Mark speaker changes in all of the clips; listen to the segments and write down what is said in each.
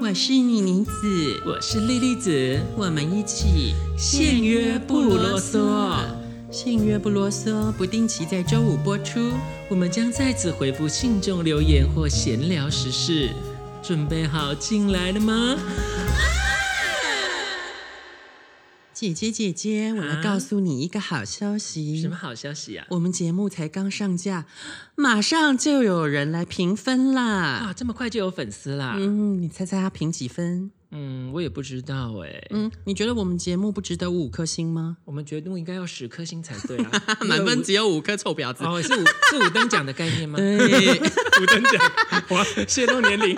Speaker 1: 我是妮妮子，
Speaker 2: 我是莉莉子，
Speaker 1: 我们一起
Speaker 2: 限约不啰嗦。
Speaker 1: 信约不啰嗦，不定期在周五播出。
Speaker 2: 我们将在此回复信众留言或闲聊时事。准备好进来了吗？
Speaker 1: 姐姐姐姐，我要
Speaker 2: 啊
Speaker 1: 告诉你一个好消息。
Speaker 2: 什么好消息啊？
Speaker 1: 我们节目才刚上架，马上就有人来评分啦。
Speaker 2: 哇，这么快就有粉丝啦？
Speaker 1: 嗯，你猜猜他评几分？
Speaker 2: 嗯，我也不知道哎、
Speaker 1: 嗯，你觉得我们节目不值得五颗星吗？，
Speaker 2: 我们决定应该要十颗星才对 啊因为
Speaker 1: 满分
Speaker 2: 五
Speaker 1: 只有五颗，臭婊子。
Speaker 2: 哦，是五是五等奖的概念吗？
Speaker 1: 对，
Speaker 2: 五等奖，哇，泄露年龄，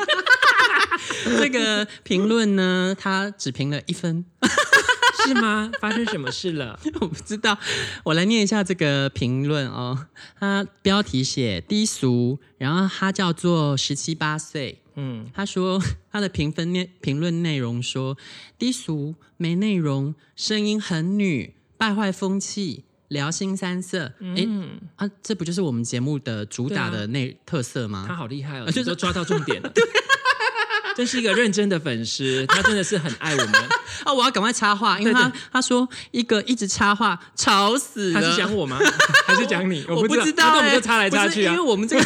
Speaker 1: 这个评论呢，他只评了一分，
Speaker 2: 是吗？发生什么事了？
Speaker 1: 我不知道。我来念一下这个评论哦，他标题写低俗，然后他叫做十七八岁，
Speaker 2: 嗯，
Speaker 1: 他说他的评分内评论内容说低俗没内容，声音很女，败坏风气，聊新三色。哎、
Speaker 2: 嗯，
Speaker 1: 啊，这不就是我们节目的主打的内、特色
Speaker 2: 他
Speaker 1: 吗？
Speaker 2: 好厉害哦，
Speaker 1: 啊就
Speaker 2: 就是是都抓到重 点了。 真是一个认真的粉丝，他真的是很爱我们，
Speaker 1: 啊，我要赶快插话，因为他他说一个一直插话，吵死了。
Speaker 2: 他是讲 我吗？还是讲你？
Speaker 1: 我
Speaker 2: 不
Speaker 1: 知
Speaker 2: 他
Speaker 1: 道、
Speaker 2: 跟我
Speaker 1: 欸，
Speaker 2: 们就插来插
Speaker 1: 不是
Speaker 2: 去啊
Speaker 1: 因为。我们这 个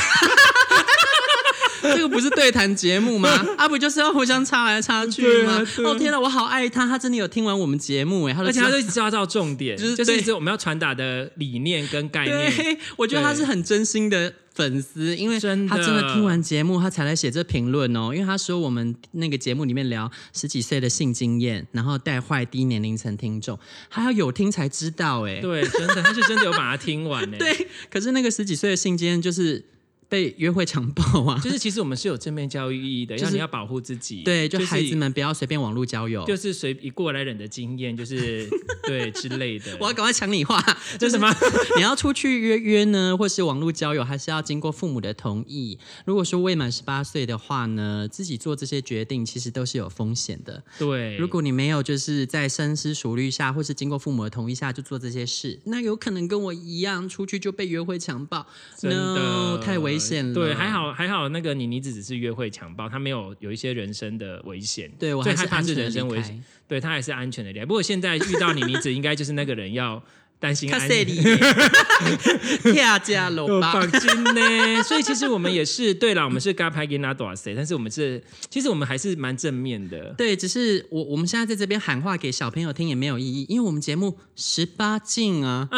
Speaker 1: 这个不是对谈节目 吗？啊，不就是要互相插来插去吗？
Speaker 2: 对啊对啊
Speaker 1: 哦天哪，我好爱他，他真的有听完我们节目哎，他都
Speaker 2: 而
Speaker 1: 知
Speaker 2: 且他
Speaker 1: 道
Speaker 2: 就一直抓到重点，
Speaker 1: 就是
Speaker 2: 就是一
Speaker 1: 对
Speaker 2: 直我们要传达的理念跟概念。
Speaker 1: 对，我觉得他是很真心的粉丝，因为
Speaker 2: 真的
Speaker 1: 他真的听完节目，他才来写这评论哦。因为他说我们那个节目里面聊十几岁的性经验，然后带坏低年龄层听众，还要有听才知道哎。
Speaker 2: 对，真的，他是真的有把它听完欸呢。，
Speaker 1: 对，可是那个十几岁的性经验就是被约会强暴啊，
Speaker 2: 就是其实我们是有正面教育意义的，
Speaker 1: 就是
Speaker 2: 要你要保护自己。
Speaker 1: 对，就孩子
Speaker 2: 们，
Speaker 1: 们不要随便网络交友。
Speaker 2: 就是随以过来人的经验，就是对之类的。
Speaker 1: 我要赶快抢 你话，就
Speaker 2: 真
Speaker 1: 是
Speaker 2: 的 吗？
Speaker 1: 你要出去约约呢，或是网络交友，还是要经过父母的同意。如果说未满十八岁的话呢，自己做这些决定其实都是有风险的。
Speaker 2: 对，
Speaker 1: 如果你没有就是在深思熟虑下，或是经过父母的同意下就做这些事，那有可能跟我一样出去就被约会强暴
Speaker 2: 真的
Speaker 1: ，no，太危险了。
Speaker 2: 对，还。好还好，那个你妮子只是约会强暴，他没有有一些人身的危险。
Speaker 1: 对我
Speaker 2: 最
Speaker 1: 还是
Speaker 2: 害怕
Speaker 1: 安
Speaker 2: 是
Speaker 1: 全地
Speaker 2: 人身
Speaker 1: 离
Speaker 2: 危
Speaker 1: 开
Speaker 2: 险。对他还是安全的离开。不过现在遇到你妮子，应该就是那个人要担心
Speaker 1: 卡
Speaker 2: 安
Speaker 1: 塞
Speaker 2: 全。
Speaker 1: 里， 跳加楼吧。
Speaker 2: 绑金呢，所以其实我们也是对啦，我们是嘎拍给拿多少谁，但是我们是其实我们还是蛮正面的。
Speaker 1: 对，只是我我们现在在这边喊话给小朋友听也没有意义，因为我们节目十八禁啊。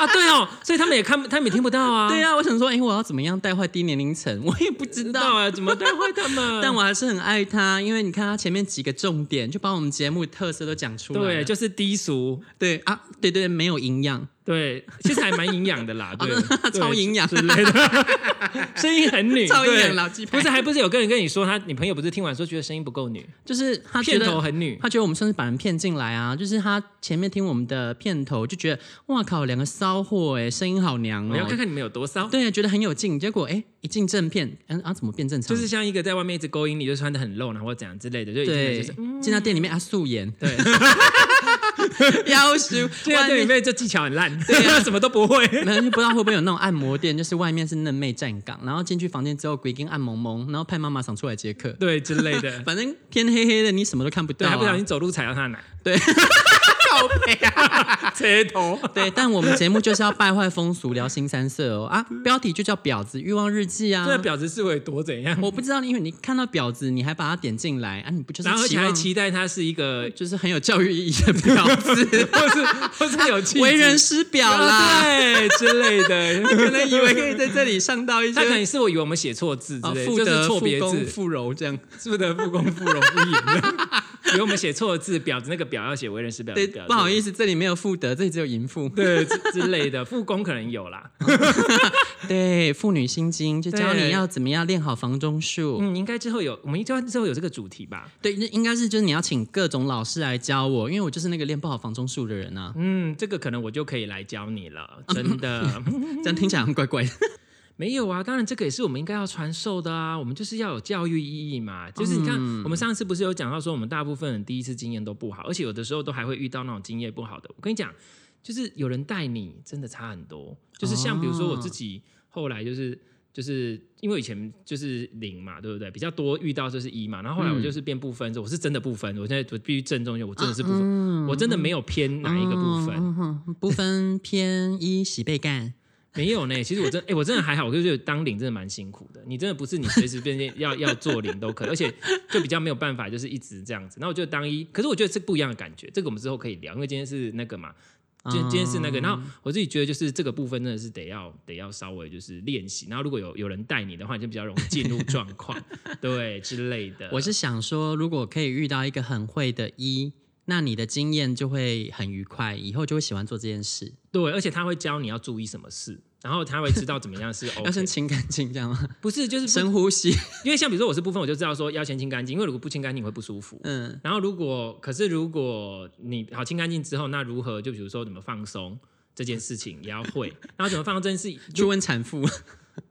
Speaker 2: 啊，对哦，所以他们也看不，他们也听不到啊，
Speaker 1: 对
Speaker 2: 啊，
Speaker 1: 啊，我想说，哎、我要怎么样带坏低年龄层？我也不知
Speaker 2: 知
Speaker 1: 道
Speaker 2: 道
Speaker 1: 啊。
Speaker 2: 啊，怎么带坏他们？
Speaker 1: 但我还是很爱他，因为你看他前面几个重点，就把我们节目特色都讲出来了。
Speaker 2: 对，就是低俗，
Speaker 1: 对啊，对对，没有营养，
Speaker 2: 对，其实还蛮营养的 啦，对，对
Speaker 1: 哦超营养
Speaker 2: 之类的， 声音很女，
Speaker 1: 超营养
Speaker 2: 对
Speaker 1: 老鸡排
Speaker 2: 不是，还不是有个人跟你说，他女朋友不是听完说觉得声音不够女，
Speaker 1: 就是他觉
Speaker 2: 片头
Speaker 1: 得
Speaker 2: 很女，
Speaker 1: 他觉得我们算是把人骗进来啊，就是他前面听我们的片头就觉得，哇靠，两个骚货哎，声音好娘
Speaker 2: 我要看
Speaker 1: 哦。
Speaker 2: 看你们有多骚。
Speaker 1: 对啊，觉得很有劲，结果哎，一进正片，嗯啊，怎么变正常
Speaker 2: 就
Speaker 1: 了？
Speaker 2: 是像一个在外面一直勾引你，就穿的很露，然后或怎样之类的，就一进来
Speaker 1: 对
Speaker 2: 就是，，
Speaker 1: 进到店里面啊，素颜
Speaker 2: 对，
Speaker 1: 要求
Speaker 2: 对啊，
Speaker 1: 外
Speaker 2: 对，
Speaker 1: 面
Speaker 2: 因为这技巧很烂，对啊， 什么都不会。
Speaker 1: 没有，就不知道会不会有那种按摩店，就是外面是嫩妹站岗，然后进去房间之后鬼跟按萌萌，然后派妈妈想出来接客，
Speaker 2: 对啊之类的，
Speaker 1: 反正天黑黑的，你什么都看不到、
Speaker 2: 对，
Speaker 1: 啊，
Speaker 2: 还不 小心走路踩到他的奶，
Speaker 1: 靠背啊。
Speaker 2: 切头。
Speaker 1: 对，但我们节目就是要败坏风俗，聊新三色哦啊，标题就叫“婊子欲望日记”啊
Speaker 2: 这。婊子是会多怎样？
Speaker 1: 我不知道，因为你看到婊子，你还把它点进来啊，你不就是
Speaker 2: 然后而
Speaker 1: 期
Speaker 2: 且还
Speaker 1: 望
Speaker 2: 期待他是一 个，
Speaker 1: 就是很有教育意义的婊子，
Speaker 2: 或是或是有气质
Speaker 1: 为人师表啦，
Speaker 2: 对之类 的。
Speaker 1: 可能以为可以在这里上到一
Speaker 2: 他可
Speaker 1: 些
Speaker 2: 能是我以为我们写错字之
Speaker 1: 啊
Speaker 2: 类，
Speaker 1: 妇
Speaker 2: 就是
Speaker 1: 德、
Speaker 2: 错
Speaker 1: 妇
Speaker 2: 别
Speaker 1: 功、
Speaker 2: 字，嗯
Speaker 1: 妇柔这样。
Speaker 2: 是不得不公不荣不言。 以为我们写错字，婊子那个婊要写为人师表，
Speaker 1: 对，
Speaker 2: 婊
Speaker 1: 不好意
Speaker 2: 思，
Speaker 1: 思，这里没有妇德，这里只有淫妇。
Speaker 2: 对之之类的，复工可能有啦。
Speaker 1: 对，妇女心经就教你
Speaker 2: 对
Speaker 1: 要怎么样练好房中术。
Speaker 2: 嗯，应该之后有，我们应该之后有这个主题吧？
Speaker 1: 对，那应该是就是你要请各种老师来教我，因为我就是那个练不好房中术的人啊。
Speaker 2: 嗯，这个可能我就可以来教你了，真 的。
Speaker 1: 这样听起来很怪怪的。
Speaker 2: 没有啊，当然这个也是我们应该要传授的啊，我们就是要有教育意义嘛。就是你看，
Speaker 1: 嗯
Speaker 2: 我们上次不是有讲到说，我们大部分人第一次经验都不好，而且有的时候都还会遇到那种经验不好的。我跟你讲，就是有人带你真的差很多。就是像比如说我自己后来就是就是因为以前就是零嘛，对不对？比较多遇到就是一嘛，然后后来我就是变不分，我是真的不分，我现在我必须郑重一下，我真的是不分，我真的没有偏哪一个部分，
Speaker 1: 啊嗯哼哼不分偏一喜被干，
Speaker 2: 没有呢。其实我真哎、我真的还好，我就觉得当零真的蛮辛苦的。你真的不是你随时变变要 要做零都可以，而且就比较没有办法，就是一直这样子。那我觉得当一，可是我觉得是不一样的感觉，这个我们之后可以聊，因为今天是那个嘛，今今天是
Speaker 1: 哦
Speaker 2: 那个，然后我自己觉得就是这个部分真的是得要得要稍微就是练习，然后如果有有人带你的话，你就比较容易进入状况， 对之类的。
Speaker 1: 我是想说，如果可以遇到一个很会的一，那你的经验就会很愉快，以后就会喜欢做这件事。
Speaker 2: 对，而且他会教你要注意什么事，然后他会知道怎么样是
Speaker 1: 要先
Speaker 2: OK，
Speaker 1: 清干净，这样吗？
Speaker 2: 不是就是不
Speaker 1: 深呼吸，
Speaker 2: 因为像比如说我是部分，我就知道说要先清干净，因为如果不清干净你会不舒服。
Speaker 1: 嗯，
Speaker 2: 然后如果可是如果你好清干净之后，那如何就比如说怎么放松这件事情也要会，然后怎么放松这件事
Speaker 1: 去
Speaker 2: 就
Speaker 1: 问产妇，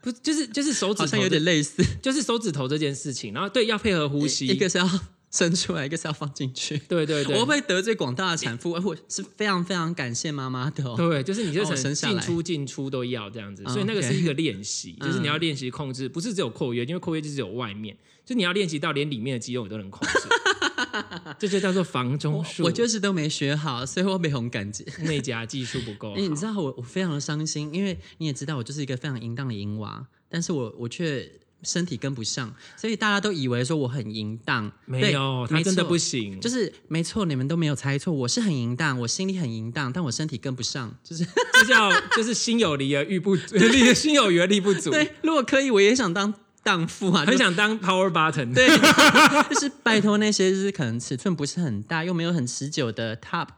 Speaker 2: 不就是就是手指
Speaker 1: 好
Speaker 2: 头
Speaker 1: 像有
Speaker 2: 这
Speaker 1: 点类似。
Speaker 2: 就是手指头这件事情，然后对要配合呼吸，
Speaker 1: 一个是要伸出来，一个是要放进去。
Speaker 2: 对对
Speaker 1: 我
Speaker 2: 对
Speaker 1: 会不，会得罪广大的产妇？哎我是非常非常感谢妈妈的、哦。
Speaker 2: 对，就是你就
Speaker 1: 帮我
Speaker 2: 是
Speaker 1: 生下
Speaker 2: 进
Speaker 1: 来
Speaker 2: 出进出都要这样子，
Speaker 1: 嗯
Speaker 2: 所以那个
Speaker 1: OK
Speaker 2: 是一个练习，
Speaker 1: 嗯
Speaker 2: 就是你要练习控制，不是只有括约，因为括约就是有外面，就你要练习到连里面的肌肉你都能控制，这就叫做防中
Speaker 1: 我
Speaker 2: 术。
Speaker 1: 我就是都没学好，所以我被红感激。
Speaker 2: 内夹技术 不够
Speaker 1: 哎、
Speaker 2: 好，
Speaker 1: 你知道我我非常的伤心，因为你也知道我就是一个非常淫荡的淫娃，但是我我却身体跟不上，所以大家都以为说我很淫荡，
Speaker 2: 没
Speaker 1: 对
Speaker 2: 有，他
Speaker 1: 没
Speaker 2: 真的
Speaker 1: 错
Speaker 2: 不行，
Speaker 1: 就是没错，你们都没有猜错，我是很淫荡，我心里很淫荡，但我身体跟不上，就是
Speaker 2: 这叫 就是心有余而力不足， 力心有余而力不足，
Speaker 1: 对。如果可以，我也想当荡妇 啊，
Speaker 2: 很
Speaker 1: 就
Speaker 2: 想当 power button。
Speaker 1: 对，就是拜托那些就是可能尺寸不是很大又没有很持久的 top，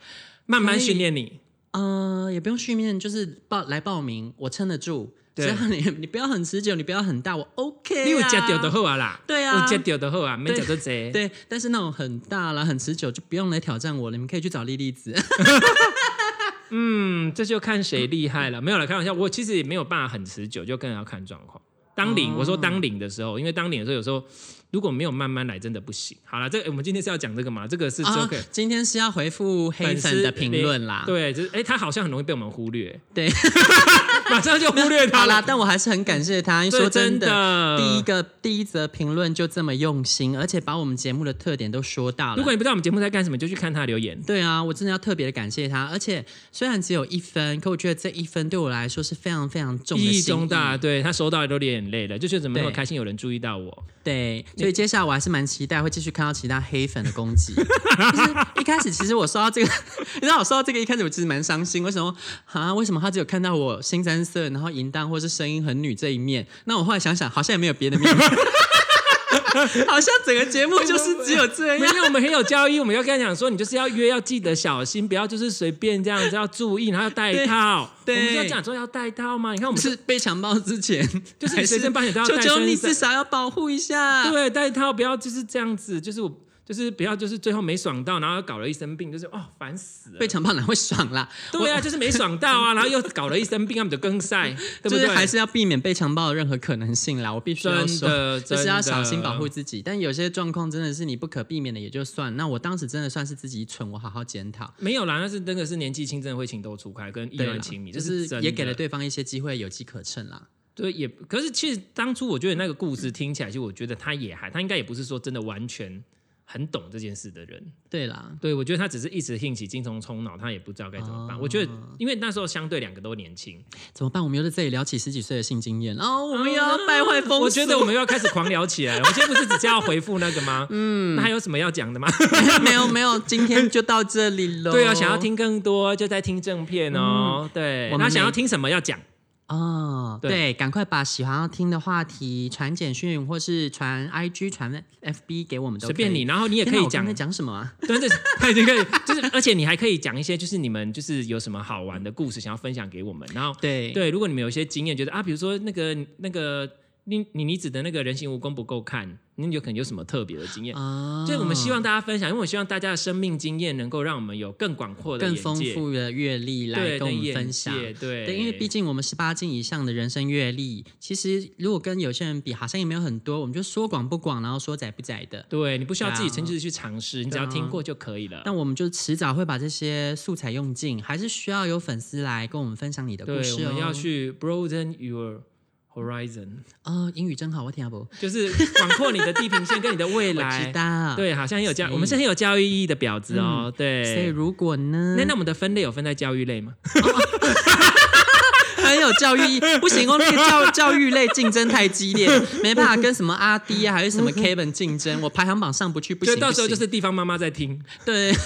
Speaker 2: 慢慢
Speaker 1: 可以
Speaker 2: 训练你，
Speaker 1: 呃，也不用训练，就是报来报名，我撑得住。
Speaker 2: 对
Speaker 1: 只要你你不要很持久，你不要很大，我 OK 啊、
Speaker 2: 你有夹掉的好啊啦，
Speaker 1: 对啊
Speaker 2: 有夹掉的好啊，没
Speaker 1: 对
Speaker 2: 夹到这。
Speaker 1: 对，但是那种很大啦、很持久就不用来挑战我了。你们可以去找莉莉 子，
Speaker 2: 嗯，这就看谁厉害了。没有了，开玩笑，我其实也没有办法很持久，就更要看状况。当
Speaker 1: 哦
Speaker 2: 领，我说当领的时候，因为当领的时候，有时候如果没有慢慢来，真的不行。好了，这个我们今天是要讲这个嘛？这个是 Joker、
Speaker 1: 啊今天是要回复黑粉的评论啦。
Speaker 2: 对，就是哎、他好像很容易被我们忽略，
Speaker 1: 对，
Speaker 2: 马上就忽略他
Speaker 1: 好啦，
Speaker 2: 了。
Speaker 1: 但我还是很感谢他。
Speaker 2: 对
Speaker 1: 说
Speaker 2: 真
Speaker 1: 的，
Speaker 2: 的
Speaker 1: 第一个第一则评论就这么用心，而且把我们节目的特点都说到了。
Speaker 2: 如果你不知道我们节目在干什么，就去看他留言。
Speaker 1: 对啊，我真的要特别的感谢他，而且虽然只有一分，可我觉得这一分对我来说是非常非常重的
Speaker 2: 意义
Speaker 1: 心
Speaker 2: 重
Speaker 1: 意
Speaker 2: 大，对他收到都流眼泪了，就觉得怎么那么
Speaker 1: 对
Speaker 2: 开心，有人注意到 我。
Speaker 1: 对，所以接下来我还是蛮期待会继续看到其他黑粉的攻 击。就是一开始其实我收到这个， 你知道我收到这个一开始我其实蛮伤心，为什么啊？为什么他只有看到我新三色，然后淫荡或是声音很女这一面？那我后来想想，好像也没有别的面。 好像整个节目就是只有这
Speaker 2: 没
Speaker 1: 样，
Speaker 2: 有，我们很有教育，我们要跟他讲说，你就是要约，要记得小心，不要就是随便这样子，要注意，然后要戴套。
Speaker 1: 对对
Speaker 2: 我们就要讲说要戴套吗？你看我 们
Speaker 1: 是被强暴之前，
Speaker 2: 就是
Speaker 1: 还
Speaker 2: 你随身帮你都要
Speaker 1: 求
Speaker 2: 带
Speaker 1: 求
Speaker 2: 身
Speaker 1: 你
Speaker 2: 上
Speaker 1: 至少要保护一下。
Speaker 2: 对戴套，不要就是这样子，就是我就是不要就是最后没爽到，然后搞了一身病，就是哦烦死了
Speaker 1: 被。强暴哪会爽啦？
Speaker 2: 对啊，就是没爽到啊，然后又搞了一身病，他们就更晒，对不
Speaker 1: 就是
Speaker 2: 对？
Speaker 1: 还是要避免被强暴的任何可能性啦。我必须要
Speaker 2: 真
Speaker 1: 说，
Speaker 2: 的，
Speaker 1: 就是要小心
Speaker 2: 真的
Speaker 1: 保护。自己。但有些状况真的是你不可避免的，也就算。那我当时真的算是自己蠢，我好好检讨。
Speaker 2: 没有啦，那是真的是年纪轻，真的会情窦初开，跟意
Speaker 1: 对啦啊
Speaker 2: 乱情迷，
Speaker 1: 就
Speaker 2: 这是
Speaker 1: 是也给
Speaker 2: 真的
Speaker 1: 了对方一些机会，有机可乘啦。
Speaker 2: 对，也可是其实当初我觉得那个故事听起来，就我觉得他也还，他应该也不是说真的完全很懂这件事的人。
Speaker 1: 对啦，
Speaker 2: 对，我觉得他只是一时兴起，精虫充脑，他也不知道该怎么办。我觉得，
Speaker 1: 哦
Speaker 2: 因为那时候相对两个都年轻，
Speaker 1: 怎么办？我们又在这里聊起十几岁的性经验，哦，我们又要
Speaker 2: 啊
Speaker 1: 败坏风俗。
Speaker 2: 我觉得我们又要开始狂聊起来。我们今天不是只是要回复那个吗？嗯，那还有什么要讲的吗？
Speaker 1: 没有没有，今天就到这里 喽。
Speaker 2: 对啊，想要听更多就在听正片哦。对
Speaker 1: 嗯我，们
Speaker 2: 那想要
Speaker 1: 每
Speaker 2: 听什么要讲？
Speaker 1: 哦，
Speaker 2: 对
Speaker 1: 对，赶快把喜欢要听的话题传简讯，或是传 IG、传 FB 给我们都
Speaker 2: 随便
Speaker 1: 可以
Speaker 2: 你，。然后你也
Speaker 1: 天
Speaker 2: 可
Speaker 1: 哪
Speaker 2: 以
Speaker 1: 我刚
Speaker 2: 讲
Speaker 1: 才讲什么啊？
Speaker 2: 对，这是他已经可以，就是而且你还可以讲一些，就是你们就是有什么好玩的故事想要分享给我们，然后
Speaker 1: 对
Speaker 2: 对，如果你们有一些经验，觉得啊，比如说那个那个你你你指的那个人形蜈蚣不够看，你有可能有什么特别的经验？
Speaker 1: 啊，
Speaker 2: 所以我们希望大家分享，因为我希望大家的生命经验能够让我们有更广阔的
Speaker 1: 哦更
Speaker 2: 眼
Speaker 1: 丰
Speaker 2: 界
Speaker 1: 富的阅历
Speaker 2: 对
Speaker 1: 来跟我
Speaker 2: 的
Speaker 1: 们
Speaker 2: 眼
Speaker 1: 分享。
Speaker 2: 界对
Speaker 1: 对，因为毕竟我们十八禁以上的人生阅历，其实如果跟有些人比，好像也没有很多。我们就说广不广，然后说窄不窄的。
Speaker 2: 对你不需要
Speaker 1: 对啊
Speaker 2: 自己亲自去尝试，你只要听过就可以了。
Speaker 1: 但我们就迟早会把这些素材用尽，还是需要有粉丝来跟我们分享你的
Speaker 2: 对，
Speaker 1: 故事
Speaker 2: 我
Speaker 1: 哦。
Speaker 2: 们要去 broaden your Horizon，
Speaker 1: 哦，英语真好，我听不。
Speaker 2: 就是广阔你的地平线跟你的未
Speaker 1: 我知
Speaker 2: 来。
Speaker 1: 道。，
Speaker 2: 对，好像很有教，
Speaker 1: 所以
Speaker 2: 我们是很有教育意义的婊子哦。
Speaker 1: 所以
Speaker 2: 对，
Speaker 1: 如果呢
Speaker 2: 那，那我们的分类有分在教育类吗？
Speaker 1: 很有教育意义，不行哦，那个教教育类竞争太激烈，没办法跟什么阿 D 啊，还是什么 Kevin 竞争，我排行榜上不去，不
Speaker 2: 就
Speaker 1: 行。
Speaker 2: 嗯到时候
Speaker 1: 不
Speaker 2: 就
Speaker 1: 行
Speaker 2: 是地方妈妈在听，
Speaker 1: 对。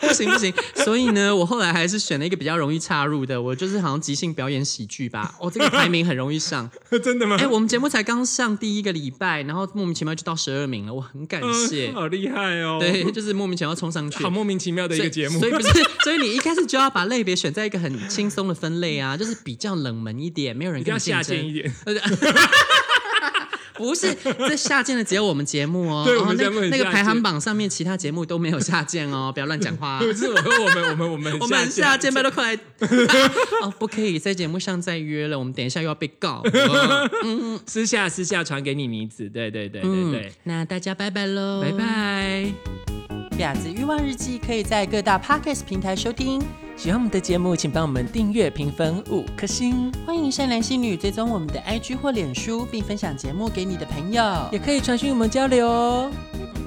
Speaker 1: 不行不行，所以呢，我后来还是选了一个比较容易插入的，我就是好像即兴表演喜剧吧。哦，这个排名很容易 上。
Speaker 2: 真的吗
Speaker 1: 哎、我们节目才刚上第一个礼拜，然后莫名其妙就到十二名了，我很感谢。
Speaker 2: 嗯好厉害 哦。
Speaker 1: 对，，就是莫名其妙冲上去
Speaker 2: 好。莫名其妙的一
Speaker 1: 所
Speaker 2: 个
Speaker 1: 以
Speaker 2: 节目
Speaker 1: 所，以不是，所以你一开始就要把类别选在一个很轻松的分类啊， 就是比较冷门一点，没有人
Speaker 2: 一
Speaker 1: 跟
Speaker 2: 定要
Speaker 1: 你竞
Speaker 2: 下
Speaker 1: 争
Speaker 2: 贱一点。
Speaker 1: 不是，这下贱的只有我们节目哦。
Speaker 2: 对
Speaker 1: 哦
Speaker 2: 我们
Speaker 1: 那
Speaker 2: 节目很
Speaker 1: 那个
Speaker 2: 下
Speaker 1: 排行
Speaker 2: 贱
Speaker 1: 榜上面其他节目都没有下贱哦，不要乱讲话 啊、
Speaker 2: 不是我和我们我们我们
Speaker 1: 我们很下
Speaker 2: 贱
Speaker 1: 贱，拜托 快来！哦，不可以在节目上再约了，我们等一下又要被 告。
Speaker 2: 私下私下传给你妮子，对对对对
Speaker 1: 嗯，
Speaker 2: 对，
Speaker 1: 那大家拜拜喽，
Speaker 2: 拜。拜。
Speaker 1: 婊子欲望日记可以在各大 podcast 平台收听，
Speaker 3: 喜欢我们的节目，请帮我们订阅、评分五颗星，
Speaker 1: 欢迎善良心女追踪我们的 IG 或脸书，并分享节目给你的朋友。
Speaker 3: 也可以传讯我们交流哦。
Speaker 1: 拜拜。